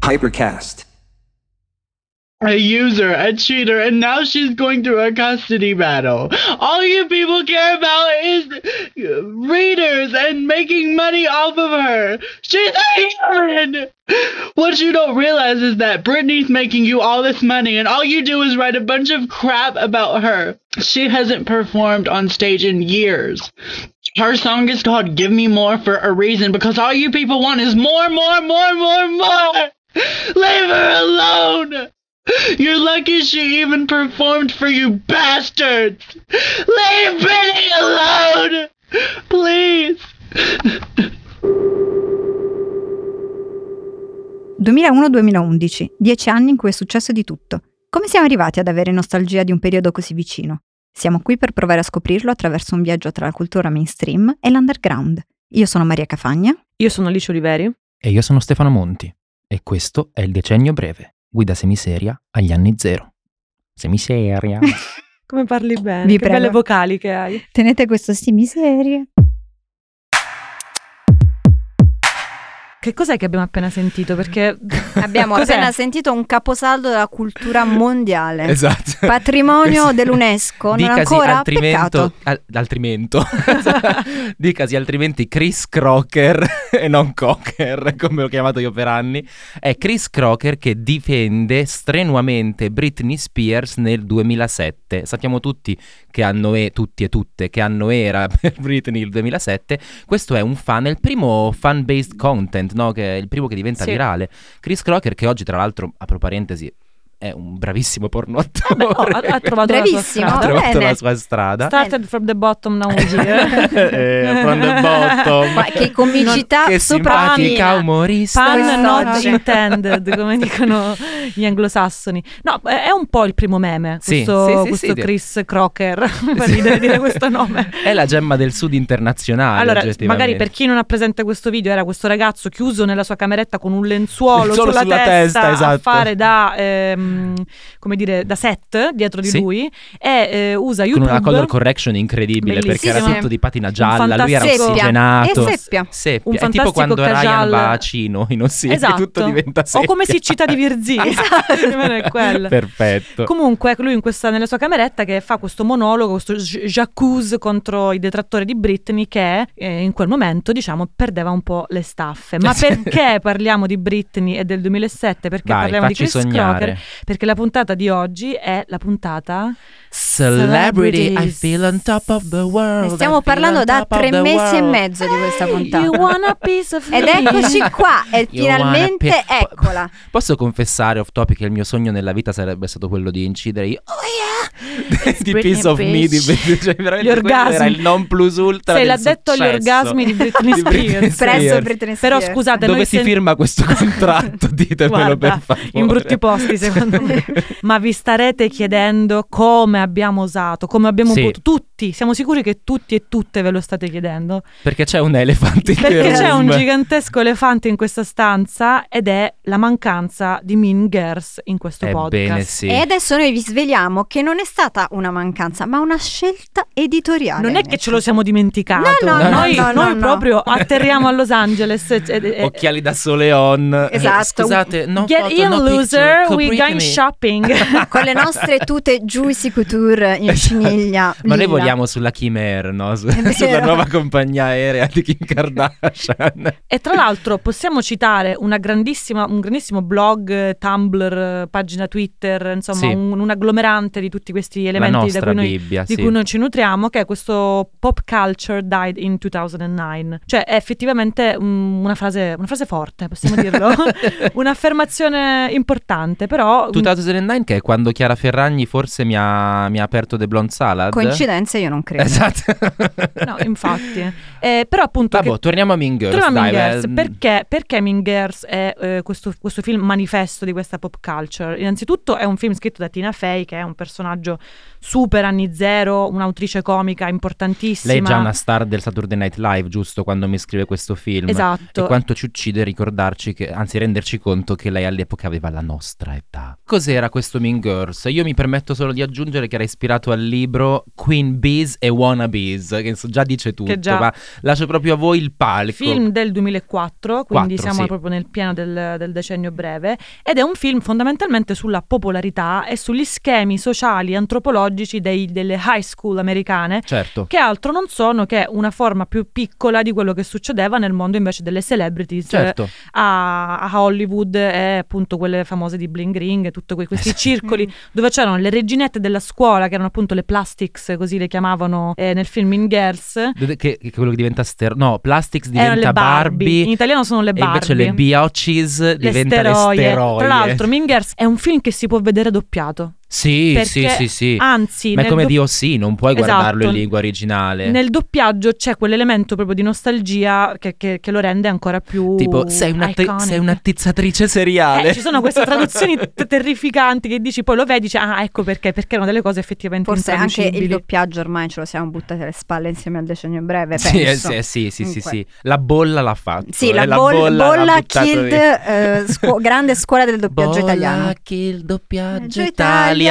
Hypercast. a user, a cheater, and now she's going through a custody battle. All you people care about is uh, readers and making money off of her. She's a human! What you don't realize is that Britney's making you all this money, and all you do is write a bunch of crap about her. She hasn't performed on stage in years. Her song is called Give Me More for a reason because all you people want is more, more, more, more, more! Leave her alone! You're lucky she even performed for you bastards! Leave Britney alone! Please! 2001-2011, dieci anni in cui è successo di tutto. Come siamo arrivati ad avere nostalgia di un periodo così vicino? Siamo qui per provare a scoprirlo attraverso un viaggio tra la cultura mainstream e l'underground. Io sono Maria Cafagna. Io sono Alice Oliveri. E io sono Stefano Monti e questo è il decennio breve, guida semiseria agli anni zero. Semiseria. Come parli bene? Vi che prego. belle vocali che hai. Tenete questo sti miserie. Che cos'è che abbiamo appena sentito? Perché Abbiamo Cos'è? appena sentito un caposaldo della cultura mondiale. Esatto. Patrimonio dell'UNESCO, non Dicasi ancora altrimento, peccato. al- altrimento. Dicasi altrimenti Chris Crocker e non Cocker, come l'ho chiamato io per anni. È Chris Crocker che difende strenuamente Britney Spears nel 2007. Sappiamo tutti che hanno e tutti e tutte che hanno era per Britney il 2007. Questo è un fan, è il primo fan based content, no? che è il primo che diventa Sì. virale. Chris Crocker che oggi tra l'altro, apro parentesi, è un bravissimo porno Beh, oh, ha, ha trovato la sua Bravissimo. strada. ha trovato bene. la sua strada. Started from the bottom, now we here. Eh, from the bottom. Ma che comicità che simpatica soprammina. umorista. Pan not Quest'oggi. intended, come dicono gli anglosassoni. No, eh, è è un po' il primo meme, Sì, questo, sì, sì, sì, questo sì. Chris Crocker, per ridere dire questo nome. È la gemma del sud internazionale. Allora, oggettivamente. magari per chi non ha presente questo video, era questo ragazzo chiuso nella sua cameretta con un lenzuolo Lenzuolo sulla, sulla testa, testa, a esatto. fare da, ehm, come dire, da set dietro di Sì. lui e eh, usa con YouTube. una color correction incredibile perché era Bellissimo. tutto di patina gialla, lui era fantastico- ossigenato. Seppia. E seppia. Seppia. Un È tipo fantastico quando Ryan casual- va a Cino in Ossia, che Esatto. tutto diventa o seppia. come si cita di Esatto, Virzì, almeno è quello. Perfetto. Comunque, lui in questa- nella sua cameretta che fa questo monologo, questo j- j'accuse contro i detrattori di Britney che eh, in quel momento, diciamo, perdeva un po' le staffe. Ma perché parliamo di Britney e del 2007? Perché Vai, parliamo di facci Chris sognare. Crocker? Perché la puntata di oggi è la puntata Celebrity, I Celebrities. feel on top of the world. Ne I stiamo feel on parlando da top of tre the mesi e world. mezzo di questa You puntata. want a piece of Ed ecco me? eccoci qua, e You wanna finalmente pi- po- eccola. Posso confessare off topic che il mio sogno nella vita sarebbe stato quello di incidere i- Oh, di Britney, Piece of Me di bitch. Britney- cioè, Gli veramente quello orgasmi. era il non plus ultra Sei del l'addetto agli successo. orgasmi di Britney Di Britney Spears. Spears. Presso Britney Però Spears. scusate, Dove noi si sen- firma questo contratto? Ditemelo Guarda, per favore. in brutti posti secondo me. Ma vi starete chiedendo come abbiamo osato, come abbiamo Sì. potuto. Tutti, siamo sicuri che tutti e tutte ve lo state chiedendo. Perché c'è un elefante in Perché the c'è un room. gigantesco elefante in questa stanza ed è la mancanza di Mean Girls in questo podcast. Ebbene sì. E adesso noi vi sveliamo che non è stata una mancanza, ma una scelta editoriale. Non è che ce lo siamo dimenticato. No, no, noi no, no, noi no. proprio atterriamo a Los Angeles. cioè, eh, e- e- e- Occhiali da sole on. Eh, Esatto. Scusate, no Get foto, in, no loser, picture, we're going copritevi. shopping. Ah, Con le nostre tute Juicy Couture in Esatto. ciniglia. Ma noi lilla. vogliamo sulla Kim Air, no? Su- vero. sulla nuova compagnia aerea di Kim Kardashian. E tra l'altro possiamo citare una grandissima- un grandissimo blog, eh, Tumblr, eh, pagina Twitter, insomma Sì. un, un agglomerante di tutti questi La elementi da nostra cui noi, Bibbia, di sì. cui noi ci nutriamo, che è questo Pop Culture Died in 2009. Cioè è effettivamente mm, una, frase, una frase forte, possiamo dirlo, un'affermazione importante, però... 2009 che è quando Chiara Ferragni forse mi ha, mi ha aperto The Blonde Salad. Coincidenze io non credo. Esatto. No, infatti. Eh, però appunto... Vabbè, che- torniamo a Mean Girls. Torniamo a dai, eh, Mean Girls. beh, Perché, perché Mean Girls è eh, questo, questo film manifesto di questa pop culture? Innanzitutto è un film scritto da Tina Fey, che è un personaggio super anni zero, un'autrice comica importantissima. Lei è già una star del Saturday Night Live, giusto? Quando mi scrive questo film. Esatto. E quanto ci uccide ricordarci, che, anzi renderci conto che lei all'epoca aveva la nostra età. Cos'era questo Mean Girls? Io mi permetto solo di aggiungere che era ispirato al libro Queen Bees e Wannabes, che so- già dice tutto, già- ma lascio proprio a voi il palco. Film del 2004, quindi Quattro, siamo sì. proprio nel pieno del, del decennio breve, ed è un film fondamentalmente sulla popolarità e sugli schemi sociali e antropologici dei- delle high school americane, Certo. che altro non sono che una forma più piccola di quello che succedeva nel mondo invece delle celebrities eh, Certo. a, a Hollywood e appunto quelle famose di Bling Ring, tutti que- questi Esatto. circoli dove c'erano le reginette della scuola che erano appunto le plastics, così le chiamavano eh, nel film In Girls. Che, che quello che diventa ster- no, Plastics Erano diventa le Barbie. Barbie, In italiano sono le e invece Barbie. le Biochis Le diventa steroie. le steroie. Tra l'altro, Mean Girls è un film che si può vedere doppiato. sì, perché- sì, sì, sì. Anzi, Ma è nel come dopp- Dio sì, non puoi guardarlo Esatto. in lingua originale. Nel doppiaggio c'è quell'elemento proprio di nostalgia che, che- che lo rende ancora più. Tipo, sei una, te- iconic. sei una tizzatrice seriale. Eh, ci sono queste traduzioni t- terrificanti che dici, poi lo vedi e dici, ah, ecco perché, perché erano delle cose effettivamente Forse anche il intraducibili. doppiaggio ormai ce lo siamo buttate alle spalle insieme al decennio breve. Sì, eh, penso. sì, eh, sì, sì, sì, Comunque. sì. La bolla l'ha fatto. Sì, eh, la, bol- bolla, l'ha bolla buttato Killed, lì. eh, scuo- grande scuola del doppiaggio Bolla italiano. Killed doppiaggio italiano. italiano.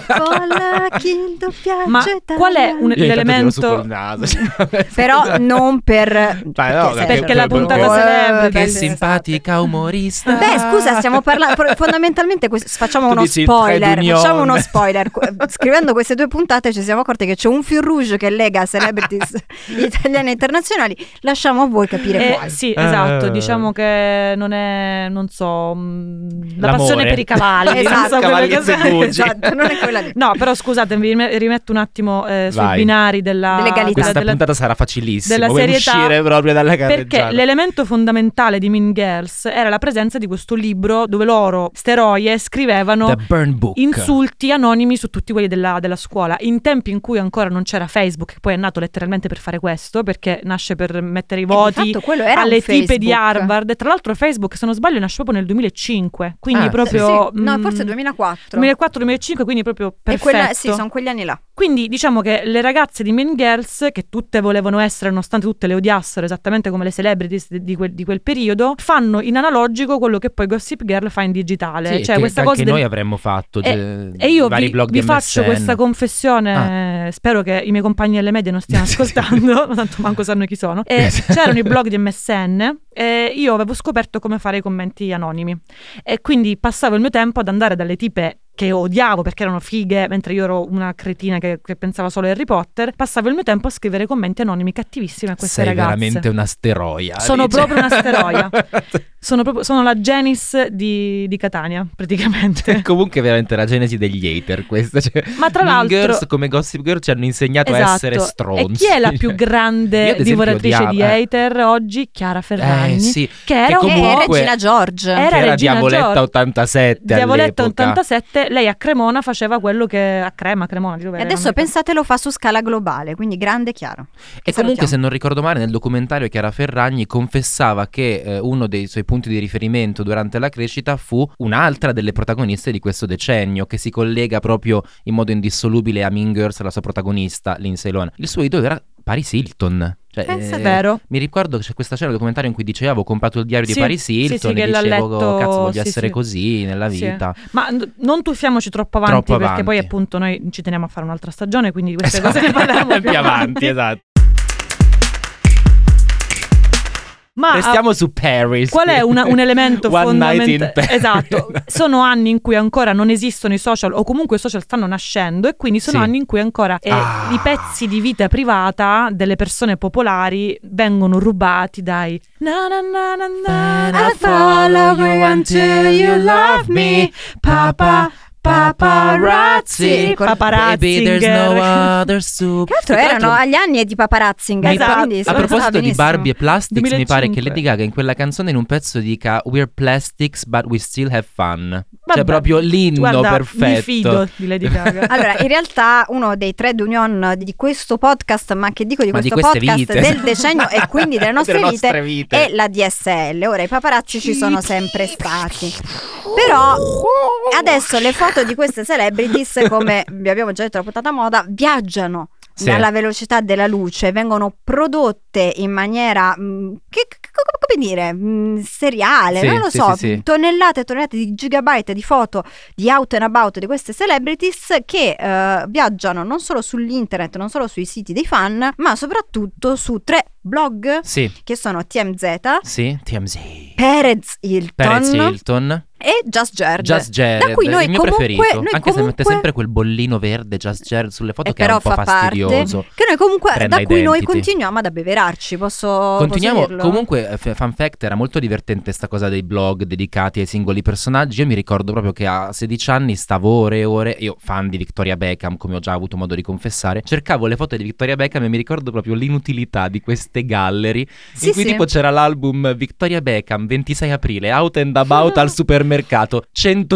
Bolla Killed, doppiaggio Ma italiano. qual è un- Io intanto tiro su l'elemento- col naso, cioè, Però non per... Dai, no, sai, perché la per- puntata per- sarebbe- per- Che esatto. simpatica umorista. Beh, scusa, stiamo parlando. pro- Fondamentalmente, quest- facciamo Tu uno dici il spoiler. trade union. Facciamo uno spoiler. Qu- Scrivendo queste due puntate, ci siamo accorti che c'è un fil rouge che lega celebrities italiane e internazionali. Lasciamo a voi capire Eh, quale. sì, esatto, Eh. diciamo che non è, non so, mh, la L'amore. passione per i cavalli, non so quello Cavalli che e sia. Gucci. Esatto, non è quella lì. No, però scusate, vi rime- rimetto un attimo eh, sui Vai. binari della Dell'egalità. Questa della- puntata sarà facilissima. della Vuoi serietà, uscire proprio dalla Perché carreggiata. l'elemento fondamentale di Mean Girls era la presenza di questo libro dove loro, steroie, scrivevano The Burn Book. insulti anonimi su tutti quelli della, della scuola. In tempi in cui ancora non c'era Facebook, che poi è nato letteralmente per fare questo, perché nasce per mettere i Eh, di voti fatto quello era alle un tipe di Facebook. Harvard. Tra l'altro Facebook, se non sbaglio, nasce proprio nel 2005, quindi Ah, proprio... Sì, no, forse mm, 2004. 2004-2005, quindi proprio E perfetto. quella, sì, sono quegli anni là. Quindi diciamo che le ragazze di Mean Girls, che tutte volevano essere, nonostante tutte le odiassero, esattamente come le celebrities di- di quel, di quel periodo, fanno in analogico quello che poi Gossip Girl fa in digitale. Sì, cioè che, questa che cosa anche del- noi avremmo fatto. E, de- e io vari vi, blog vi di faccio MSN. questa confessione, Ah. spero che i miei compagni alle medie non stiano ascoltando, tanto manco sanno chi sono. E c'erano i blog di MSN e io avevo scoperto come fare i commenti anonimi e quindi passavo il mio tempo ad andare dalle tipe che odiavo perché erano fighe, mentre io ero una cretina che, che pensava solo a Harry Potter, passavo il mio tempo a scrivere commenti anonimi cattivissimi a queste Sei ragazze. veramente una steroia. Sono dice. proprio una steroia. Sono, proprio- sono la Genis di, di Catania, praticamente. Comunque, è veramente la genesi degli hater. Questa. Cioè, Ma tra Mean l'altro... Esatto. Girls come Gossip Girl ci hanno insegnato a essere stronzi. E chi è la più Io, grande ad esempio, divoratrice di odiavo- eh. hater oggi? Chiara Ferragni. Eh, sì. Che era Che un comunque- po'. E Regina George. Era che era Regina Diavoletta Giorgi. 87 Diavoletta all'epoca. 87, lei a Cremona faceva quello che a Crema, Cremona, di dove E era, adesso non mi ricordo. pensate lo fa su scala globale, quindi grande e chiaro. E Che comunque, salutiamo. se non ricordo male, nel documentario Chiara Ferragni confessava che eh, uno dei suoi punti di riferimento durante la crescita fu un'altra delle protagoniste di questo decennio, che si collega proprio in modo indissolubile a Mean Girls, la sua protagonista, Lindsay Lohan. Il suo idolo era Paris Hilton. Cioè, Pensa eh, è vero. Mi ricordo che c'è questa scena del documentario in cui diceva avevo comprato il diario Sì, di Paris sì, sì, Hilton che e l'ha dicevo letto, cazzo voglio sì, essere sì. così nella Sì. vita. Ma n- non tuffiamoci troppo avanti Troppo perché avanti. poi appunto noi ci teniamo a fare un'altra stagione, quindi di queste Esatto. cose ne parliamo più, più avanti, esatto. Ma Restiamo su Paris. Ah, Qual è una- un elemento One night in fondamentale? Paris. Esatto, sono anni in cui ancora non esistono i social o comunque i social stanno nascendo e quindi sono Sì. anni in cui ancora eh, Ah. i pezzi di vita privata delle persone popolari vengono rubati dai na na na na na I follow you until you love me, papa, paparazzi. paparazzi. Baby, there's no other soup. Tra l'altro Tra erano l'altro, agli anni di paparazzinger, mi pa- quindi a sono proposito stato di benissimo. Barbie e Plastics, mi pare che 2005. Lady Gaga in quella canzone in un pezzo dica We're plastics but we still have fun. Vabbè, Cioè proprio l'inno Guarda, perfetto. mi fido di Lady Gaga. Allora, in realtà uno dei trade union di questo podcast, ma che dico di Ma di questo queste podcast vite. del decennio e quindi delle nostre, vite, vite. è la DSL. Ora i paparazzi ci sono sempre stati. Però adesso le foto dato di queste celebrities, come vi abbiamo già detto la puntata moda, viaggiano Sì. dalla velocità della luce, vengono prodotte in maniera, mh, che, che- co- come dire, mh, seriale, Sì, non lo sì, so, sì, sì. tonnellate e tonnellate di gigabyte di foto di out and about di queste celebrities che eh, viaggiano non solo sull'internet, non solo sui siti dei fan, ma soprattutto su tre blog Sì, che sono TMZ, sì, TMZ. Perez Hilton Perez Hilton, e Just Jared. Just Jared, Da cui noi il mio comunque- preferito, noi anche se mette comunque- sempre quel bollino verde Just Jared sulle foto E che è però un po' fa parte- fastidioso. Che noi comunque, Brand da cui noi identity. continuiamo ad abbeverarci, posso Continuiamo, posso dirlo? comunque, eh, f- fun fact, era molto divertente sta cosa dei blog dedicati ai singoli personaggi. Io mi ricordo proprio che a 16 anni stavo ore e ore, io fan di Victoria Beckham, come ho già avuto modo di confessare, cercavo le foto di Victoria Beckham e mi ricordo proprio l'inutilità di queste gallery. Sì, in cui sì. tipo c'era l'album Victoria Beckham, 26 aprile, Out and About al supermercato,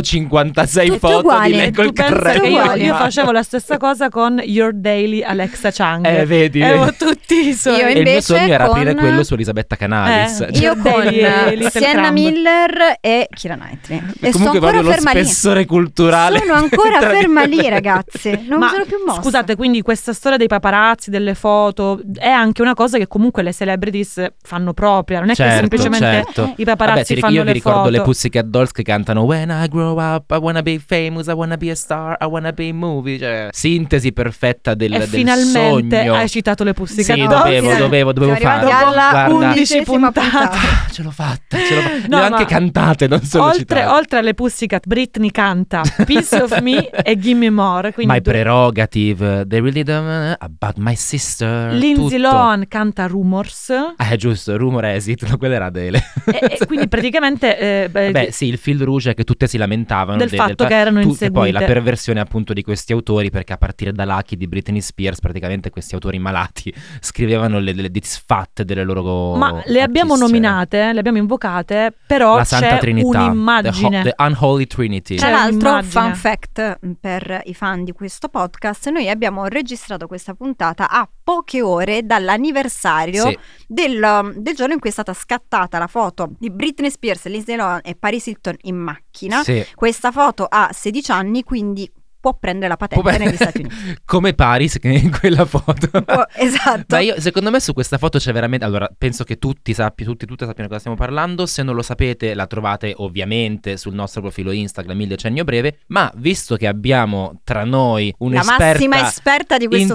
156 Tutte foto uguali, di lei tu col pensa che carrello. io, in io mano. facevo la stessa cosa con Your Daily Alexa Chang. Eh, vedi, Avevo vedi. tutti i suoi. Io E il mio invece sogno era con- aprire quello su Elisabetta Canalis. Eh, Cioè, Io con Daily e Little Sienna Crumb. Miller e Kira Knightley. E sto comunque ancora proprio lo ferma lì. spessore culturale. Sono ancora tra di- ferma lì, ragazzi. Non Ma, mi sono più mossa. Scusate, quindi questa storia dei paparazzi, delle foto, è anche una cosa che comunque le celebrities fanno propria, non è che Certo, semplicemente certo. i Vabbè, paparazzi ti- fanno io le vi ricordo foto. le Pussycat Dolls che cantano When I grow up, I wanna be famous, I wanna be a star, I wanna be in movie. Cioè, sintesi perfetta del, e del finalmente sogno. hai citato le Pussycat Sì, Dolls. dovevo, Sì. dovevo, dovevo Siamo arrivati farlo. alla Guarda, undicesima 11 puntata. Ah, ce l'ho fatta, ce l'ho fatta. No, Le ho ma anche cantate, non solo Oltre, citate. oltre alle Pussycat, Britney canta Piece of Me e Gimme More. Quindi My due- prerogative, eh, they really don't about my sister. Lindsay tutto. Lohan canta Rumors. e, Ah, giusto, Rumor Exit, no, quella era Adele. e quindi praticamente eh, beh, Beh, sì, il fil rouge è che tutte si lamentavano del de- fatto pa- che erano tu- e inseguite. poi la perversione appunto di questi autori, perché a partire da Lucky di Britney Spears, praticamente questi autori malati scrivevano le, le disfatte delle loro. Ma le abbiamo artiste. nominate, eh, le abbiamo invocate, però eh. La Santa c'è Trinità, un'immagine. Cioè, The, ho- the Unholy Trinity. Tra C'è l'altro, un'immagine. fun fact mh, per i fan di questo podcast, noi abbiamo registrato questa puntata a poche ore dall'anniversario Sì. del, um, del giorno in cui è stata scattata la foto di Britney Spears, Lindsay Lohan e Paris Hilton in macchina. Sì. Questa foto ha 16 anni, quindi può prendere la patente Può- negli Stati Uniti. Come Paris che in quella foto. Può- esatto. Ma io, secondo me su questa foto c'è veramente. Allora, penso che tutti sappiano, tutti, tutte sappiano cosa stiamo parlando. Se non lo sapete, la trovate ovviamente sul nostro profilo Instagram, il decennio breve. Ma visto che abbiamo tra noi la massima un'esperta esperta di questo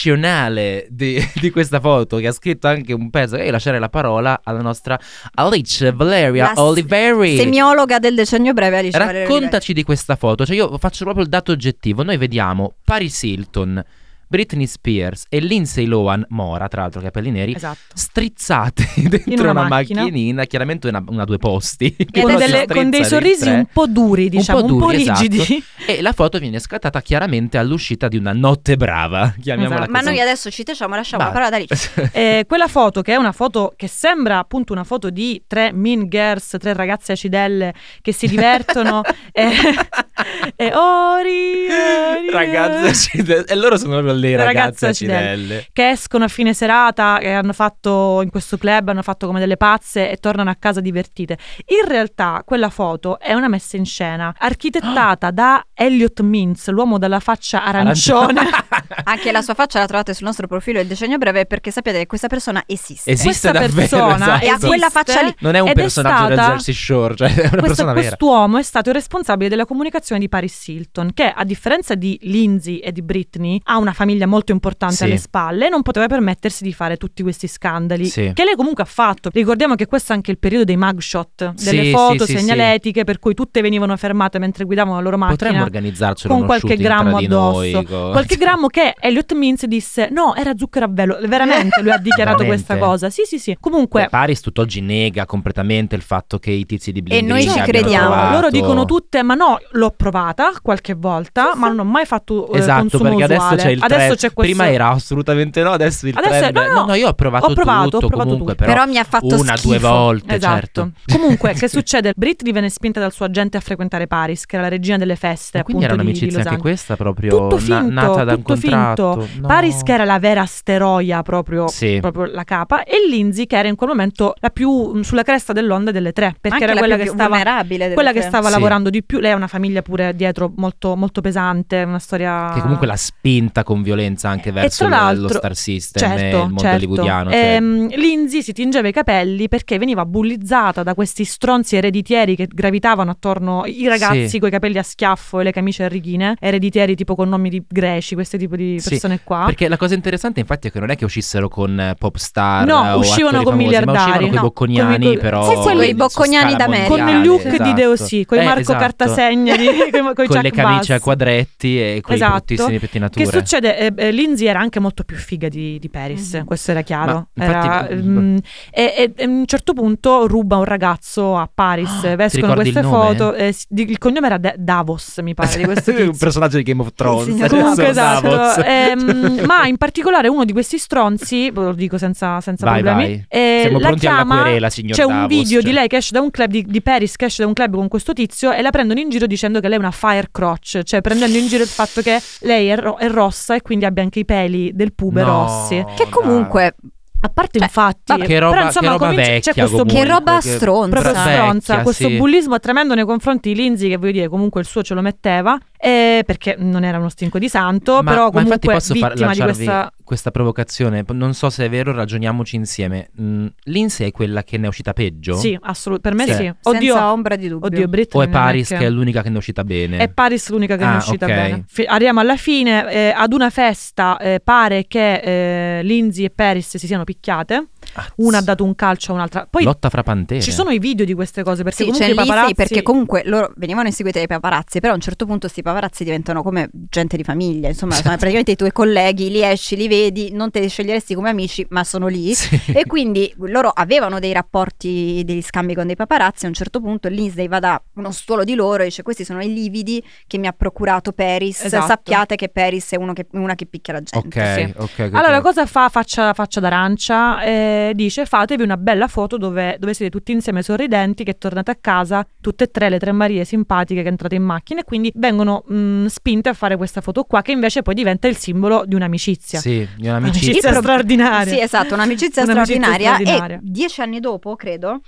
internazionale di, di questa foto, che ha scritto anche un pezzo, e lasciare la parola alla nostra Alice Valeria La s- Oliveri. semiologa del decennio breve Alice Valerio Olivetti. Raccontaci di questa foto, cioè io faccio proprio il dato oggettivo, noi vediamo Paris Hilton, Britney Spears e Lindsay Lohan, Mora tra l'altro capelli neri, Esatto. strizzate dentro In una una, macchina. macchinina, chiaramente una, una due posti, che Con, però si delle- strizza con dei in sorrisi tre. un po' duri, diciamo, un po', duri, esatto. rigidi. E la foto viene scattata chiaramente all'uscita di una notte brava, chiamiamola Esatto. Ma così. noi adesso ci tacciamo, lasciamo Ma- la parola ad Alice. Eh, quella foto, che è una foto che sembra appunto una foto di tre mean girls, tre ragazze acidelle che si divertono. e, e ori, ori, Ragazze accidelle. E loro sono proprio le Le ragazze ragazze accidelle. accidelle. che escono a fine serata e hanno fatto in questo club, hanno fatto come delle pazze e tornano a casa divertite. In realtà quella foto è una messa in scena architettata da Elliot Mintz, l'uomo dalla faccia arancione. Anche la sua faccia la trovate sul nostro profilo Il Decennio Breve perché sapete che questa persona esiste. Questa Esiste davvero, persona esatto. E ha quella esiste. faccia lì. Non è un Ed è personaggio del stata- Jersey Shore, cioè è una Questo, persona vera. quest'uomo è stato il responsabile della comunicazione di Paris Hilton, che a differenza di Lindsay e di Britney ha una famiglia molto importante Sì. alle spalle e non poteva permettersi di fare tutti questi scandali, Sì. che lei comunque ha fatto. Ricordiamo che questo è anche il periodo dei mugshot, delle Sì, foto sì, sì, segnaletiche per cui tutte venivano fermate mentre guidavano la loro macchina. Potremmo organizzarcelo con uno qualche shooting grammo tra di addosso. noi, co- Qualche grammo che Elliot Mintz disse no, era zucchero a velo. Veramente lui ha dichiarato Veramente? questa cosa. Sì, sì, sì. Comunque Beh, Paris tutt'oggi nega completamente il fatto che i tizi di Blindini noi ci abbiano crediamo. trovato- Loro dicono tutte, ma no, l'ho provata qualche volta, ma non ho mai fatto eh, Esatto, consumo perché adesso usuale. c'è il Adesso trend. c'è questo... Prima era assolutamente no, adesso il Adesso è- trend. no, no, no, io ho provato, ho provato, ho tutto provato comunque, tutto. Però, mi ha fatto una, schifo. due volte, Esatto. certo. Comunque, che succede? Britney viene spinta dal suo agente a frequentare Paris, che era la regina delle feste, Ma quindi era Cioè, appunto, di- di un'amicizia Los anche Angeles. questa proprio tutto na- finto, nata da un tutto contratto. finto. No. Paris che era la vera steroia proprio, Sì. proprio la capa e Lindsay che era in quel momento la più mh, sulla cresta dell'onda delle tre Anche perché era la quella più che stava vulnerabile delle quella che tre. stava Sì. lavorando di più lei ha una famiglia pure dietro molto, molto pesante, una storia... Che comunque l'ha spinta con violenza anche verso Ah. tra lo- lo l'altro- star system e il Certo, mondo certo. hollywoodiano. cioè- Ehm, Lindsay si tingeva i capelli perché veniva bullizzata da questi stronzi ereditieri che gravitavano attorno i ragazzi Sì. con i capelli a schiaffo e le camicie a righine, ereditieri tipo con nomi di greci, questi tipo di Sì, persone qua. Perché la cosa interessante, infatti, è che non è che uscissero con eh, pop star No, eh, o uscivano con attori famosi, miliardari, ma uscivano con no, i bocconiani, con i- però. Sì, quelli su bocconiani scala da me. con il mondiale, look esatto. di Deossi, con Eh, i Marco esatto. Cartasegna, di, con, i con le Chuck camicie a Bass. quadretti e quei Esatto. bruttissimi pettinature. Che succede? Eh, eh, Lindsay era anche molto più figa di, di Paris, Mhm. questo era chiaro. Ma, infatti, Era, mm, mm, e, e- e a un certo punto ruba un ragazzo a Paris, Ah, ti vescono ricordi il queste nome? foto. eh, si- di- il cognome era Da- Davos, mi pare, di questo un tizio. personaggio di Game of Thrones. signor Comunque adesso esatto, Davos. ehm, ma in particolare uno di questi stronzi, lo dico senza, senza Vai, problemi, vai. eh, Siamo la pronti alla chiama querela, signor c'è un Davos, video cioè. di lei che esce da un club di, di Paris che esce da un club con questo tizio e la prendono in giro dicendo che lei è una fire crotch cioè prendendo in giro il fatto che lei è, ro- è rossa e quindi abbia anche i peli del pube No, rossi dai. Che comunque a parte Beh, infatti vabbè. Che roba- però insomma che roba comincia- vecchia c'è questo comunque, Cioè, Che roba che- stronza. proprio Bra- stronza, vecchia, questo sì. bullismo tremendo nei confronti di Lindsay che voglio dire comunque il suo ce lo metteva eh, perché non era uno stinco di santo Ma- però ma comunque infatti posso far- vittima di lanciarvi questa questa provocazione. P- Non so se è vero, ragioniamoci insieme. Mm, Lindsay è quella che ne è uscita peggio? sì assolutamente per me Sì. sì, oddio senza ombra di dubbio. Oddio, Britney O è non Paris che è l'unica che ne è uscita bene? È Paris l'unica che non Ah, è uscita ok. bene. Fi- arriviamo alla fine, eh, ad una festa eh, pare che eh, Lindsay e Paris si siano picchiate, Azz. una ha dato un calcio a un'altra. Poi Ah, Lotta fra pantere. ci sono i video di queste cose perché Sì, comunque c'è i paparazzi lì, sì, perché comunque loro venivano inseguiti dai paparazzi, però a un certo punto questi paparazzi diventano come gente di famiglia, insomma, sono praticamente i tuoi colleghi, li esci, li vedi, non te li sceglieresti come amici, ma sono lì. Sì. E quindi loro avevano dei rapporti, degli scambi con dei paparazzi. A un certo punto Lindsay va da uno stuolo di loro e dice: Questi sono i lividi che mi ha procurato Paris. Esatto. Sappiate che Paris è uno che- una che picchia la gente. Ok, Sì. ok. Allora, ok. cosa fa Faccia, faccia d'Arancia? Eh, dice fatevi una bella foto dove, dove siete tutti insieme sorridenti, che tornate a casa, tutte e tre, le tre Marie simpatiche che entrate in macchina e quindi vengono mh, spinte a fare questa foto qua che invece poi diventa il simbolo di un'amicizia. Sì, di Un'amicizia un'amicizia. prob- straordinaria. Sì, esatto, un'amicizia, Un'amicizia straordinaria, straordinaria. E dieci anni dopo, credo.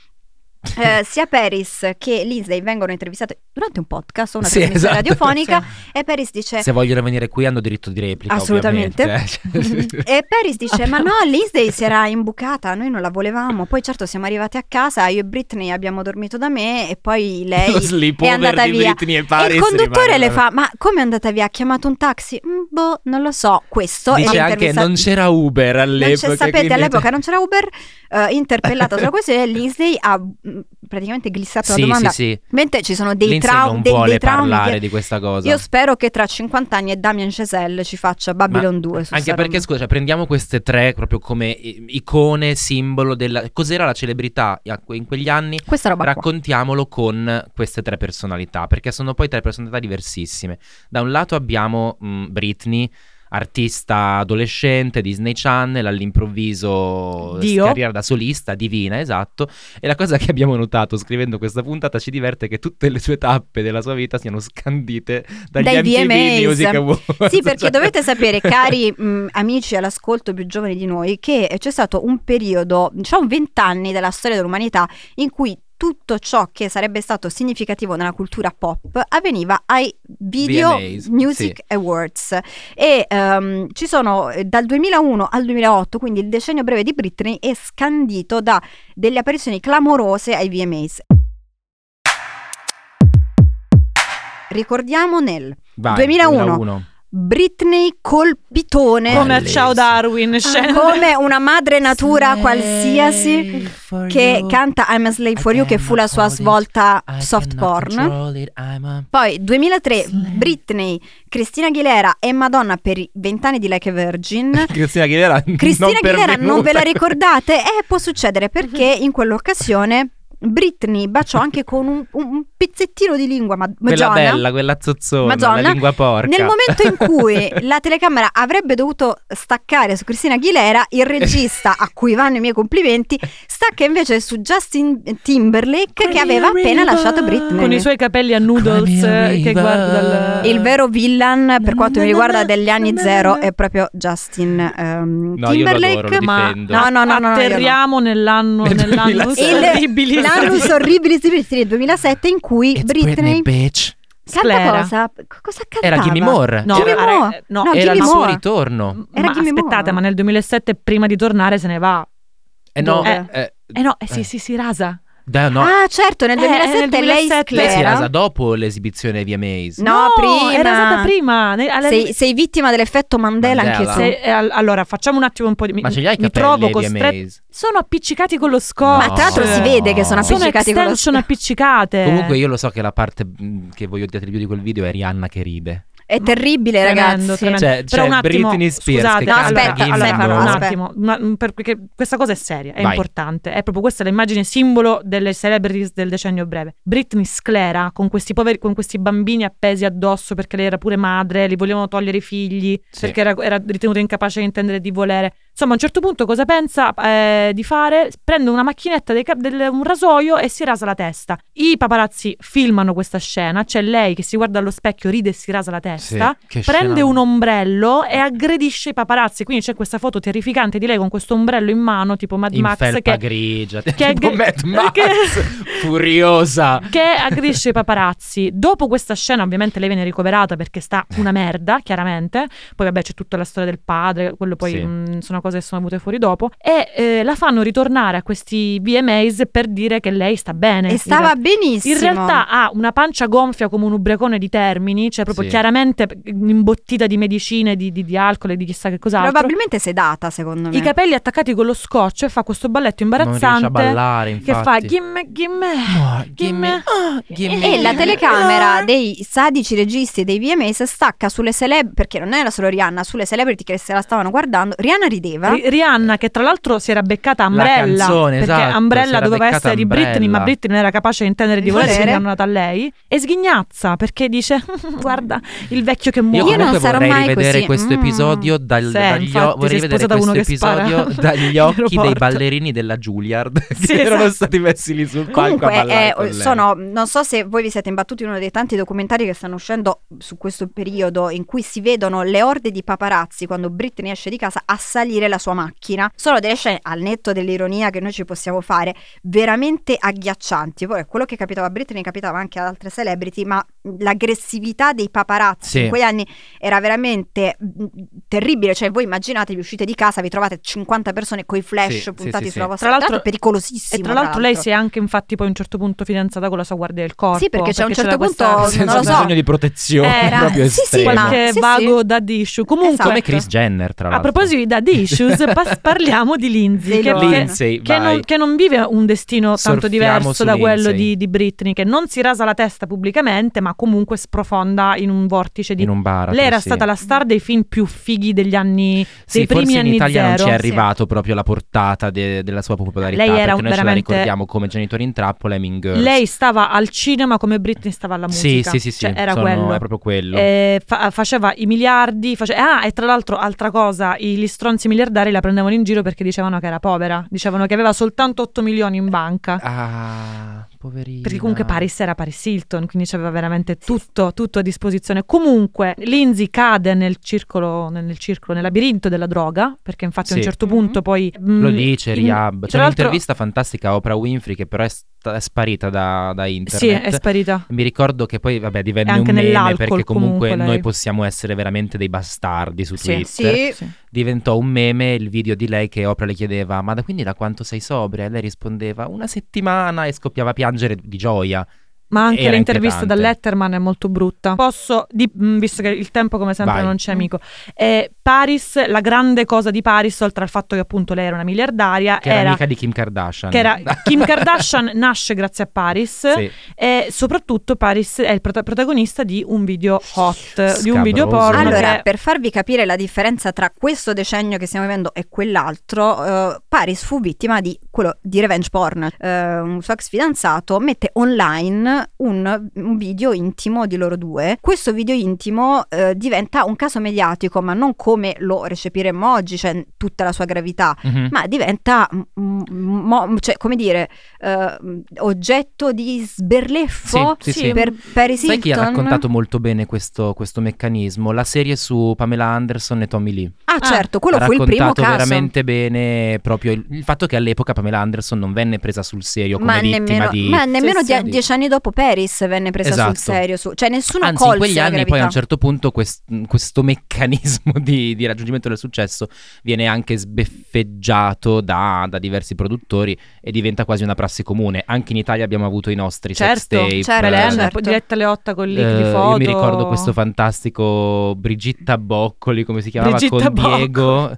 eh, sia Paris che Lindsay vengono intervistate durante un podcast o una Sì, trasmissione esatto. radiofonica e Paris dice Se vogliono venire qui hanno diritto di replica. Assolutamente. ovviamente, eh. E Paris dice: Ma no, Lindsay si era imbucata, noi non la volevamo. Poi, certo, siamo arrivati a casa, io e Britney abbiamo dormito da me e poi lei Lo è sleepover andata di via. Britney e E Paris. il conduttore rimane- le fa: Ma come è andata via? Ha chiamato un taxi? "Mm, boh, non lo so. Questo è Dice anche l'intervista- non c'era Uber non all'epoca. c'è, sapete, quindi- all'epoca non c'era Uber. eh, interpellato sulla questione, Lindsay ha mm, praticamente glissato la Sì, sì, domanda. sì. Mentre ci sono dei, Lindsay trau- non dei- vuole dei traumi. parlare che- di questa cosa. Io spero che tra 50 anni e Damien Chazelle ci faccia Babylon 2. Su Anche sta perché, roba. scusa, cioè, prendiamo queste tre proprio come i- icone, simbolo della... Cos'era la celebrità a que- in quegli anni? questa roba qua. Raccontiamolo con queste tre personalità, perché sono poi tre personalità diversissime. Da un lato abbiamo mh, Britney, artista adolescente, Disney Channel, all'improvviso Dio. carriera da solista, divina, esatto. E la cosa che abbiamo notato scrivendo questa puntata ci diverte che tutte le sue tappe della sua vita siano scandite dagli Dai MTV VMAs. Music Awards. Sì, perché Cioè- dovete sapere, cari mh, amici all'ascolto più giovani di noi, che eh, c'è stato un periodo, diciamo vent'anni della storia dell'umanità, in cui tutto ciò che sarebbe stato significativo nella cultura pop avveniva ai Video VMAs, Music sì. Awards e ehm, ci sono eh, dal 2001 al 2008, quindi il decennio breve di Britney è scandito da delle apparizioni clamorose ai VMAs. Ricordiamo nel Vai, 2001. 2001. Britney col pitone Ah, Come a Bellezza. Ciao Darwin, scena- come una madre natura qualsiasi che canta I'm a slave for you che fu la sua svolta soft porn poi 2003 Britney, Cristina Aguilera e Madonna per i 20 anni di Like a Virgin Cristina Aguilera Cristina non Aguilera non ve la pervenuta. ricordate? Eh, può succedere perché in quell'occasione Britney baciò anche con un, un- un pezzettino di lingua ma- Quella Madonna. bella, quella zozzona, la Madonna. lingua porca. Nel momento in cui la telecamera avrebbe dovuto staccare su Cristina Aguilera, il regista, a cui vanno i miei complimenti, stacca invece su Justin Timberlake che aveva appena lasciato Britney. con i suoi capelli a noodles eh, che guarda dal... Il vero villain per quanto mi riguarda degli anni zero è proprio Justin ehm, No, io lo adoro, Timberlake. lo ma difendo. No, no, no, no, no, io no. atterriamo nell'anno Nel nell'anno 2007. orribile L'anno orribile del 2007 in cui It's Britney, bitch. Canta Sclera. cosa? C- cosa cantava? Era Gimme Moore. No, Jimmy era- Mm, Moore. no, No, era Jimmy il suo Moore. ritorno. Ma Era Gimme Moore. aspettate, ma nel 2007 prima di tornare se ne va. Eh no, Dove? eh, Eh no, eh sì, Eh. sì, sì, rasa. da- no. esatto. Ah, certo, nel Eh, 2007, nel lei 2007. lei si Sclera. rasa dopo l'esibizione via Maze. No, prima. Era rasata prima. ne- alla- sei, sei vittima dell'effetto Mandela, anche Mandela. tu. se- eh, all- allora, facciamo un attimo un po' di... Mi, Ma ce li hai i mi capelli trovo via costretto... Maze? Sono appiccicati con lo scotch. Ma tra l'altro Oh. si vede che sono Sono appiccicati con lo extension scotch. appiccicate. Comunque io lo so che la parte mh, che voglio dirti di più di quel video è Rihanna che ride. È terribile, Tremendo, ragazzi. tremendo. Cioè- Però cioè un attimo, Britney Spears scusate, che no, canta aspetta, Gimbo. allora, Stefano, un aspetta. attimo, ma- mh, per- perché questa cosa è seria, è Vai. importante. È proprio questa l'immagine simbolo delle celebrities del decennio breve. Britney sclera con questi poveri, con questi bambini appesi addosso perché lei era pure madre, li volevano togliere i figli Sì. perché era, era ritenuta incapace di intendere e di volere. Insomma, a un certo punto cosa pensa eh, di fare? Prende una macchinetta, dei cap- del- un rasoio e si rasa la testa. I paparazzi filmano questa scena, c'è lei che si guarda allo specchio, ride e si rasa la testa che prende scena. un ombrello e aggredisce i paparazzi. Quindi c'è questa foto terrificante di lei con questo ombrello in mano, tipo Mad in Max, felpa che, grigia, che- tipo Mad Max, che- furiosa. che aggredisce i paparazzi. Dopo questa scena, ovviamente, lei viene ricoverata perché sta una merda, chiaramente. Poi, vabbè, c'è tutta la storia del padre, quello poi Sì. mh, sono cose che sono venute fuori dopo. E eh, la fanno ritornare a questi VMAs per dire che lei sta bene. E in stava benissimo. In realtà ha una pancia gonfia come un ubriacone di termini, cioè proprio Sì. chiaramente imbottita di medicine, di, di- di alcol e di chissà che cos'altro. Probabilmente sedata, secondo me. I capelli attaccati con lo scotch e fa questo balletto Non riesce a imbarazzante ballare, infatti. che fa gimme, gimme, No, gimme. gimme- ah, gimme- E la telecamera dei sadici registi dei VMAs stacca sulle celebrity, perché non era solo Rihanna, sulle celebrity che se la stavano guardando. Rihanna rideva. Ri- Rihanna che tra l'altro si era beccata Umbrella canzone, perché esatto, si Umbrella era doveva beccata essere di Umbrella. Britney ma Britney non era capace di intendere di Di volere quindi volere. l'hanno nata a lei e sghignazza perché dice guarda il vecchio che Io muore non comunque sarò vorrei mai rivedere così. questo Mm. episodio dal, Sì, dagli, o- infatti, si è vorrei rivedere sposata questo uno che episodio spara dagli occhi dei all'aeroporto. ballerini della Juilliard che Sì, erano esatto. stati messi lì sul palco a Comunque, ballare eh, con lei. sono, non so se voi vi siete imbattuti in uno dei tanti documentari che stanno uscendo su questo periodo in cui si vedono le orde di paparazzi quando Britney esce di casa a salire la sua macchina. Sono delle scene, al netto dell'ironia che noi ci possiamo fare, veramente agghiaccianti. Poi quello che capitava a Britney capitava anche ad altre celebrity, ma l'aggressività dei paparazzi Sì. in quegli anni era veramente mh, terribile. Cioè, voi immaginatevi, uscite di casa, vi trovate 50 persone con i flash Sì, sì, puntati sì, sulla sì. vostra Tra tra l'altro- l'altro è pericolosissimo. e tra l'altro lei si è anche infatti poi a un certo punto fidanzata con la sua guardia del corpo Sì, perché c'è un certo c'era punto- questa- senza non lo so. bisogno di protezione Era- proprio sì, sì, estrema. ma- qualche Sì, sì. vago daddy issue comunque Esatto. come Chris Jenner tra A l'altro proposito di daddy issues, pas- parliamo di Lindsay, Dei che, loro. che- Lindsay che vai. non, che non vive un destino tanto Surfiamo su diverso da quello Lindsay. di, di Britney, che non si rasa la testa pubblicamente, ma comunque sprofonda in un vortice di... in un bar Lei era sì. stata la star dei film più fighi degli anni... sì, dei primi forse in anni Italia non zero. ci è Sì. arrivato proprio la portata de- della sua popolarità Lei era perché un- noi ce la veramente- ricordiamo come genitori in trappola e Mean Girls. Lei stava al cinema come Britney stava alla sì, musica. sì, sì, sì, Cioè, era sono- quello. è proprio quello. Eh, fa- faceva i miliardi. face- Ah, e tra l'altro, altra cosa, i- gli stronzi miliardari la prendevano in giro perché dicevano che era povera. Dicevano che aveva soltanto 8 milioni in banca. Ah, poverina. Perché comunque Paris era Paris Hilton, quindi c'aveva veramente tutto, tutto a disposizione. Comunque, Lindsay cade nel circolo, nel, nel circolo, nel labirinto della droga, perché infatti a un Sì. certo punto Mhm. poi... Lo mm, dice in- Rihab. C'è tra l'altro- un'intervista fantastica a Oprah Winfrey che però è, sta- è sparita da, da Sì, internet. è sparita. Mi ricordo che poi, vabbè, divenne E anche un meme nell'alcol perché comunque comunque lei. noi possiamo essere veramente dei bastardi su Sì. Twitter. Diventò un meme il video di lei che Oprah le chiedeva "Ma da quindi da quanto sei sobria?" E lei rispondeva "Una settimana" e scoppiava a piangere di gioia. Ma anche Era l'intervista da inquietante. Letterman è molto brutta. Posso, di- mh, visto che il tempo come sempre Vai. non c'è amico, eh, Paris, la grande cosa di Paris, oltre al fatto che appunto lei era una miliardaria, Che era, era, amica di Kim Kardashian. che era Kim Kardashian nasce grazie a Paris Sì. e soprattutto Paris è il prota- protagonista di un video hot, di un video Scabroso. porno. Allora, che- per farvi capire la differenza tra questo decennio che stiamo vivendo e quell'altro, eh, Paris fu vittima di quello di revenge porn. Eh, un suo ex fidanzato mette online un, un video intimo di loro due. Questo video intimo eh, diventa un caso mediatico, ma non come lo recepiremmo oggi, cioè tutta la sua gravità, Mhm. ma diventa, mm, mm, mo- cioè, come dire, eh, oggetto di sberleffo Sì, sì, sì. per Paris Sai chi ha Hilton? raccontato molto bene questo, questo meccanismo? La serie su Pamela Anderson e Tommy Lee. Ah, Ah, certo, quello ha fu il primo raccontato caso. veramente bene proprio il, il fatto che all'epoca Pamela Anderson non venne presa sul serio come ma vittima nemmeno, di... ma nemmeno Sì, sì. die- dieci anni dopo dopo Paris venne presa Esatto. sul serio, su- cioè nessuno Anzi, in colse quegli la anni gravità. poi a un certo punto quest- questo meccanismo di, di raggiungimento del successo viene anche sbeffeggiato da, da diversi produttori e diventa quasi una prassi comune. Anche in Italia abbiamo avuto i nostri sex Certo, tape. certo, eh, Belen, certo. poi diretta alle 8 con lì eh, di foto. io mi ricordo questo fantastico Brigitta Boccoli, come si chiamava, Brigitta con Diego. Boccoli.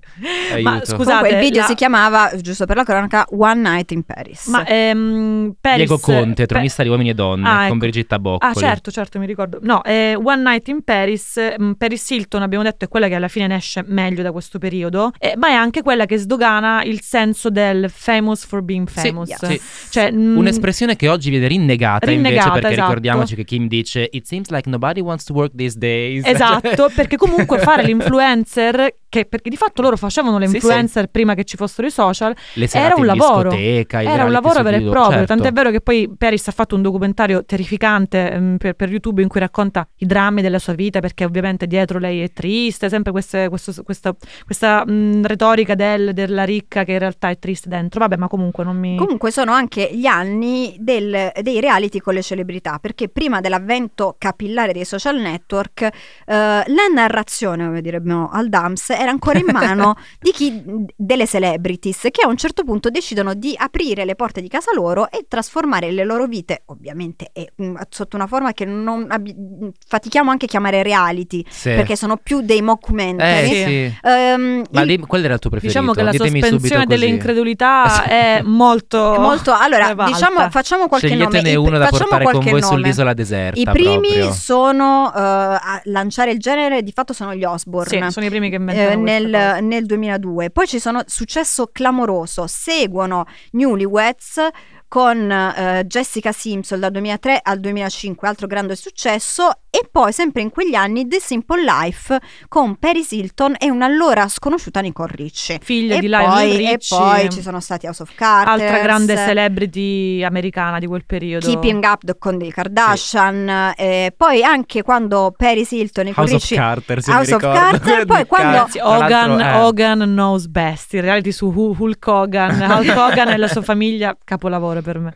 Ma Aiuto. scusate, Comunque il video la- si chiamava, giusto per la cronaca, One Night in Paris. Ma ehm, Paris- Diego Conte, Pe- tronista di Uomini e Donne, Ah, con ecco. Brigitta Boccoli. Ah certo, certo, mi ricordo. No, eh, One Night in Paris, mh, Paris Hilton abbiamo detto è quella che alla fine ne esce meglio da questo periodo, eh, ma è anche quella che sdogana il senso del famous for being Sì, famous. sì. Cioè, mh, Un'espressione che oggi viene rinnegata, invece Rinnegata, perché esatto. ricordiamoci che Kim dice It seems like nobody wants to work these days. Esatto, perché comunque fare l'influencer, che, perché di fatto loro facevano le Sì, influencer prima che ci fossero i social, Le serate un in lavoro. discoteca, i era un reality lavoro su vero e YouTube, proprio, certo. tant'è vero che poi Paris ha fatto un documentario terrificante ehm, per, per YouTube in cui racconta i drammi della sua vita, perché ovviamente dietro lei è triste, sempre queste- questo- questa, questa, mh, retorica del- della ricca che in realtà è triste dentro. Vabbè, ma comunque non Mm. mi... Comunque sono anche gli anni del- dei reality con le celebrità, perché prima dell'avvento capillare dei social network, eh, la narrazione, come diremmo al DAMS, era ancora in mano di chi, delle celebrities, che a un certo punto decidono di aprire le porte di casa loro e trasformare le loro vite, ovviamente eh, mh, sotto una forma che non abbi- mh, fatichiamo anche a chiamare reality, Sì. perché sono più dei Eh, mockumentary. sì. Ehm, Ma il- lì, quello era il tuo preferito. Diciamo che la Ditemi sospensione subito delle così. incredulità è molto... È molto, allora, prevalta. diciamo, facciamo qualche Eh, nome. Sceglietene i- uno da facciamo portare con qualche voi nome. sull'isola deserta. I primi proprio. sono eh, a lanciare il genere, di fatto sono gli Sì, Osborne. sono i primi che inventano eh, queste cose. nel, nel 2002 poi ci sono successo clamoroso seguono Newlyweds con eh, Jessica Simpson dal 2003 al 2005 altro grande successo e poi sempre in quegli anni The Simple Life con Paris Hilton e un'allora sconosciuta Nicole Ricci Figlia e di Lionel poi, e Richie. poi ci sono stati House of Cards Altra grande celebrity americana di quel periodo. Keeping Up con dei Kardashian, eh, poi anche quando Paris Hilton e House of Ricci Carter, se House mi of ricordo. Cards, poi Di quando- Cards, Sì, tra l'altro, Hogan, eh. Hogan knows best, in reality su Hu- Hulk Hogan, Hulk Hogan e la sua famiglia, capolavoro per me.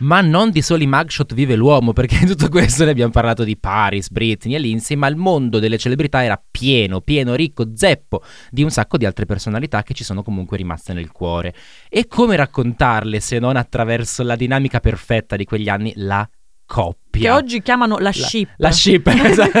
Ma non di soli mugshot vive l'uomo, perché in tutto questo ne abbiamo parlato di Paris, Britney e Lindsay, ma il mondo delle celebrità era pieno, pieno, ricco, zeppo di un sacco di altre personalità che ci sono comunque rimaste nel cuore. E come raccontarle se non attraverso la dinamica perfetta di quegli anni, la coppia? Che oggi chiamano la ship. La ship, esatto.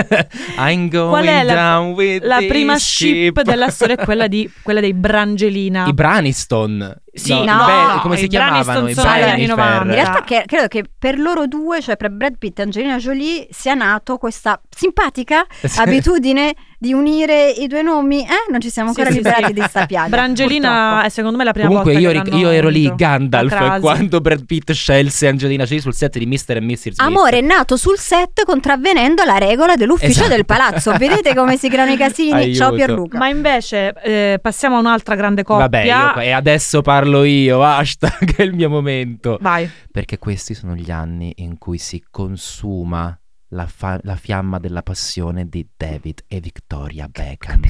I'm going Qual è la- down with La this prima ship della storia è quella, di, quella dei Brangelina. I Braniston. Sì, no, beh, come i si chiamavano? Braniston sono degli anni Branifer. 90. in realtà che- credo che per loro due, cioè per Brad Pitt e Angelina Jolie, sia nato questa simpatica Sì. abitudine di unire i due nomi. Eh, non ci siamo ancora Sì, sì, liberati sì. di sta piaga. Brangelina è purtroppo. secondo me la prima Comunque io, volta ric- che io ero lì Gandalf Atrasi. quando Brad Pitt scelse Angelina Jolie sul set di Mr. e Mrs. Smith. Amore è nato sul set contravvenendo la regola dell'ufficio Esatto. del palazzo. Vedete come si creano i casini? Ciao Aiuto. Pierluca. Ma invece eh, passiamo a un'altra grande coppia. Vabbè, io- e adesso parlo io, hashtag è il mio momento. Vai. Perché questi sono gli anni in cui si consuma la, fa- la fiamma della passione di David e Victoria Beckham.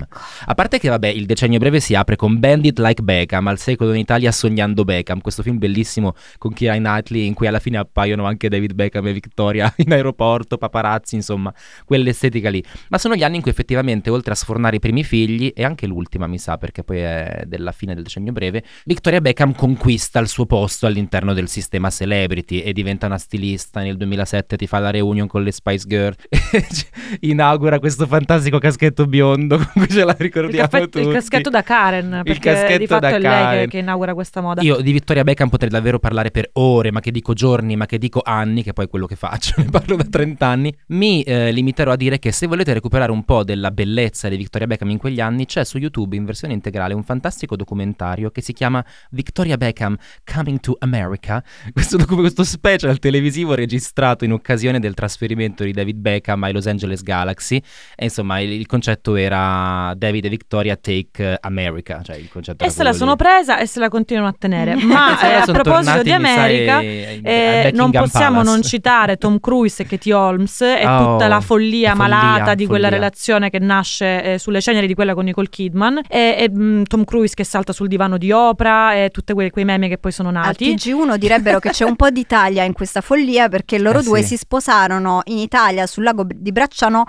A parte che, vabbè, il decennio breve si apre con Bandit Like Beckham, al secolo in Italia Sognando Beckham, questo film bellissimo con Kira Knightley in cui alla fine appaiono anche David Beckham e Victoria in aeroporto, paparazzi, insomma, quell'estetica lì. Ma sono gli anni in cui effettivamente, oltre a sfornare i primi figli, e anche l'ultima mi sa, perché poi è della fine del decennio breve, Victoria Beckham conquista il suo posto all'interno del sistema celebrity e diventa una stilista. Nel 2007 ti fa la reunion con le Spice Girl, inaugura questo fantastico caschetto biondo, comunque ce la Il, ricordiamo caffè- il tutti. caschetto da Karen, Il perché di caschetto fatto da è lei che, Karen. che inaugura questa moda. Io di Vittoria Beckham potrei davvero parlare per ore, ma che dico giorni, ma che dico anni, che poi è quello che faccio, ne parlo da 30 anni. Mi eh, limiterò a dire che se volete recuperare un po' della bellezza di Vittoria Beckham in quegli anni, c'è su YouTube in versione integrale un fantastico documentario che si chiama Victoria Beckham Coming to America. Questo, docu- questo special televisivo registrato in occasione del trasferimento di David Beckham ai Los Angeles Galaxy. E insomma, il, il concetto era David e Victoria Take America. Cioè, il concetto E era se la quello sono lì. presa e se la continuano a tenere. Ma Pensa, eh, allora a sono proposito tornati, di mi sa, America, ai- eh, al non Buckingham possiamo Palace. non citare Tom Cruise e Katie Holmes e Oh, tutta la follia la follia, malata di quella follia. relazione che nasce eh, sulle ceneri di quella con Nicole Kidman e, e, mh, Tom Cruise che salta sul divano di Oprah e tutti quei, quei meme che poi sono Al nati. TG1 direbbero che c'è un po' d'Italia in questa follia perché loro Eh due sì. si sposarono in Italia sul lago di Bracciano,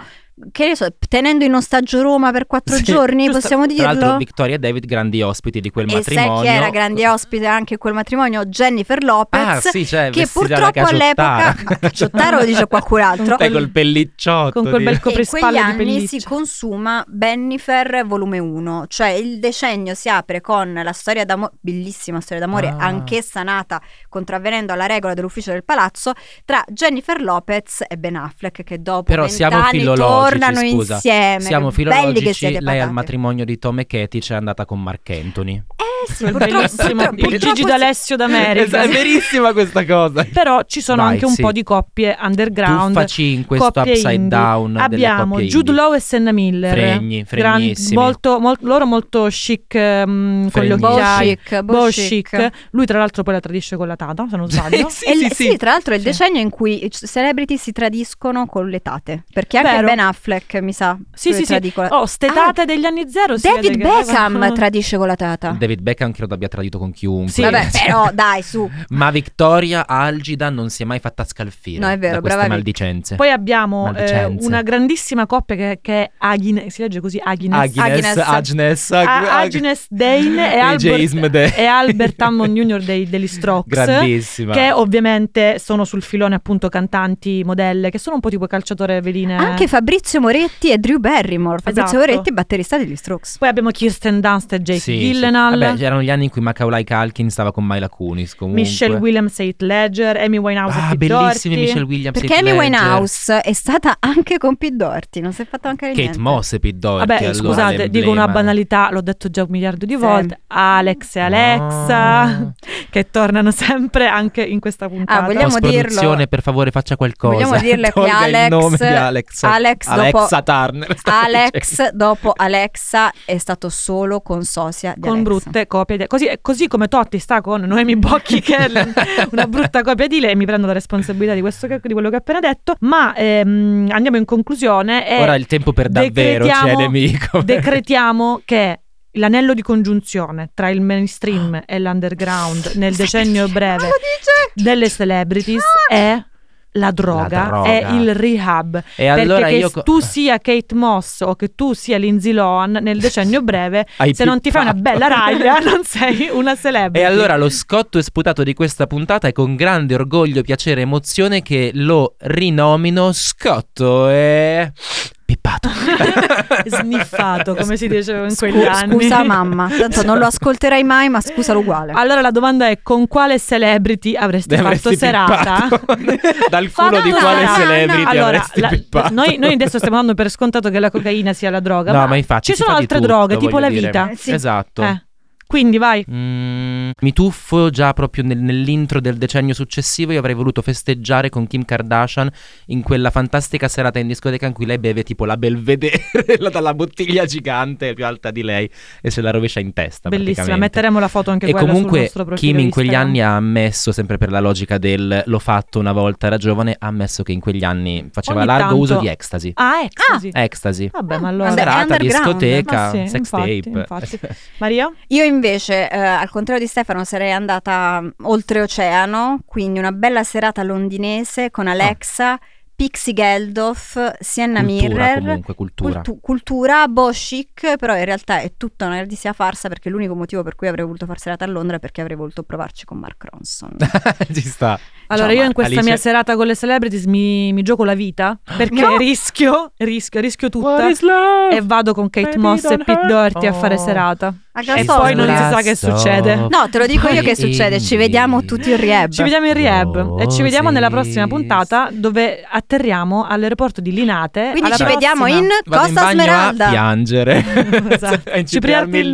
che ne so, tenendo in ostaggio Roma per quattro Sì, giorni, giusto. possiamo Tra l'altro, dirlo? Victoria e David, grandi ospiti di quel E sai matrimonio. chi era grande ospite anche in quel matrimonio? Jennifer Lopez. Ah, sì, cioè, che vestita da purtroppo all'epoca caciottara. Ah, Ciottaro lo dice qualcun altro Dai, col pellicciotto. con quel di- bel E in quegli coprispalle di anni pelliccia. si consuma Bennifer volume 1, cioè il decennio si apre con la storia d'amore, bellissima storia d'amore, Ah. anch'essa nata contravvenendo alla regola dell'ufficio del palazzo, tra Jennifer Lopez e Ben Affleck che dopo Però siamo vent'anni filologici, tornano scusa. insieme. Siamo Che belli che filologici. siete Lei al patate. matrimonio di Tom e Katie c'è andata con Mark Anthony. Eh sì, Quel purtroppo, bellissimo- purtroppo- Esatto, il Gigi purtroppo sì. d'Alessio d'America. Esatto, È verissima questa cosa. Però ci sono Vai, anche un sì. po' di coppie underground. Tuffaci in questo coppie upside indie. down delle Abbiamo coppie Jude indie. Law e Senna Miller. Fregni, Gran- fregnissimi. molto- mol- loro molto chic ehm, con gli Fregni. Beau occhiali. chic, beau Beau chic. chic. Lui tra l'altro poi la tradisce con la tata, se non sbaglio. Sì, E sì, l- sì. sì, tra l'altro è il Sì. decennio in cui i c- celebrity si tradiscono con le tate, perché anche Vero. Ben Affleck mi sa Sì, sì, sì. tradicola- Oh, ste Ah, date degli anni zero. si David vede che- Beckham tradisce con la tata. David Beckham credo abbia tradito con chiunque. Sì. Vabbè, Cioè, però dai, su. Ma Victoria Algida non si è mai fatta scalfire. No, è vero, da queste brava Vic. maldicenze. Poi abbiamo eh, Maldicenze. una grandissima coppia che, che è Agnes, si legge così Agnes. Agnes, Agnes. Agnes, A- Agnes Dane e, James Albert, Dane. e Albert Hammond Jr. dei- degli Strokes. Grandissima. Che ovviamente sono sul filone appunto cantanti, modelle, che sono un po' tipo calciatore veline. Anche Fabrizio Moretti e Drew Barrymore. Fabrizio Eh. Esatto. Moretti, batterista degli Strokes. Poi abbiamo Kirsten Dunst e Jake Sì, sì. Gyllenhaal. Vabbè, erano gli anni in cui Macaulay Calkin stava con Myla Kunis. Comunque. Michelle Williams e Heath Ledger, Amy Winehouse Ah, e Pete bellissimi Doherty. Michelle Williams. Perché Heath Amy Ledger, Winehouse è stata anche con Pete Doherty, non si è fatta mancare Kate niente. Moss e Pete Doherty. Vabbè, allora, scusate, dico una l'emblema. banalità, l'ho detto già un miliardo di Sì. volte. Alex e Alexa, No. che tornano sempre anche in questa puntata. Ah, vogliamo- Post-produzione, dirlo- per favore, faccia qualcosa. Vogliamo dirle che Tolga Alex- il nome di Alex. Alex dopo- Alexa Turner. stavo dicendo. Alex, dopo Alexa, è stato solo con Sosia di Con Alexa. brutte copie di... Così, così come Totti sta con Noemi Bocchi, che è l- una brutta copia di lei, mi prendo la responsabilità di, questo che- di quello che ho appena detto, ma ehm, andiamo in conclusione. E Ora il tempo per davvero ci è Eh, decretiamo- nemico. decretiamo che l'anello di congiunzione tra il mainstream e l'underground nel decennio Ah, breve lo dice? delle celebrities Ah! è la droga, La droga. è il rehab. E allora Perché che io... co- tu sia Kate Moss o che tu sia Lindsay Lohan nel decennio breve, Hai se non ti fai una pippato. bella raglia non sei una celebrity. E allora lo scotto e sputato di questa puntata è con grande orgoglio, piacere e emozione che lo rinomino scotto e... Pippato. Sniffato, come si diceva in quegli Scu- anni. scusa mamma, tanto non lo ascolterai mai, ma scusalo uguale. Allora la domanda è con quale celebrity avresti fatto Avresti serata? pippato. Dal culo Fatta di la- quale no, no, celebrity allora, avresti la- pippato? Noi, noi adesso stiamo dando per scontato che la cocaina sia la droga. No, ma ci infatti si sono fa di altre tutto, droghe, tipo voglio la dire. vita. Eh, sì. Esatto. Eh, Quindi vai. Mm, mi tuffo già proprio nel- nell'intro del decennio successivo. Io avrei voluto festeggiare con Kim Kardashian in quella fantastica serata in discoteca in cui lei beve tipo la Belvedere la- dalla bottiglia gigante più alta di lei e se la rovescia in testa. Bellissima, praticamente. metteremo la foto anche E quella sul comunque nostro profilo Kim in quegli Instagram. anni ha ammesso, sempre per la logica del l'ho fatto una volta, era giovane, ha ammesso che in quegli anni faceva Ogni largo tanto- uso di ecstasy. Ah, ecco. Ah, sì. Ecstasy. Vabbè, ma allora Vabbè, è serata, underground. discoteca, Ma sì, sex infatti, tape. infatti. Maria? Io invece, eh, al contrario di Stefano, sarei andata mm, oltreoceano, quindi una bella serata londinese Ah. con Alexa, Pixie Geldof, Sienna cultura Mirrer. comunque, cultura. cultu- cultura, boh, chic, però in realtà è tutta una grandissima farsa perché l'unico motivo per cui avrei voluto far serata a Londra è perché avrei voluto provarci con Mark Ronson. Ci sta. Allora, Ciao, io in Marta. questa Alice? mia serata con le celebrities mi, mi gioco la vita perché No. rischio, rischio, rischio tutta e vado con Kate Baby, Moss e don't Pete hurt. Doherty a Oh. fare serata. A E Gasol. poi non si sa che succede. No, te lo dico io che succede, ci vediamo tutti in Eh rehab. Ci vediamo in rehab e ci vediamo nella prossima Roses. puntata dove atterriamo all'aeroporto di Linate. Quindi Alla ci prossima. vediamo in Vado in Costa bagno a Smeralda. piangere. Esatto. A Cipriarti incipriarmi il il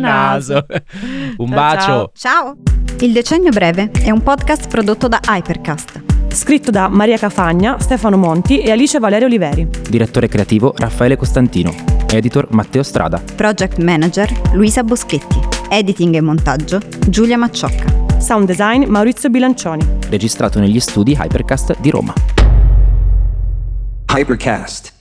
naso. Ciao, Un bacio. ciao. Ciao. Il Decennio Breve è un podcast prodotto da Hypercast. scritto da Maria Cafagna, Stefano Monti e Alice Valerio Oliveri. Direttore creativo Raffaele Costantino. Editor Matteo Strada. Project Manager Luisa Boschetti. Editing e montaggio Giulia Macciocca. Sound design Maurizio Bilancioni. Registrato negli studi Hypercast di Roma. Hypercast.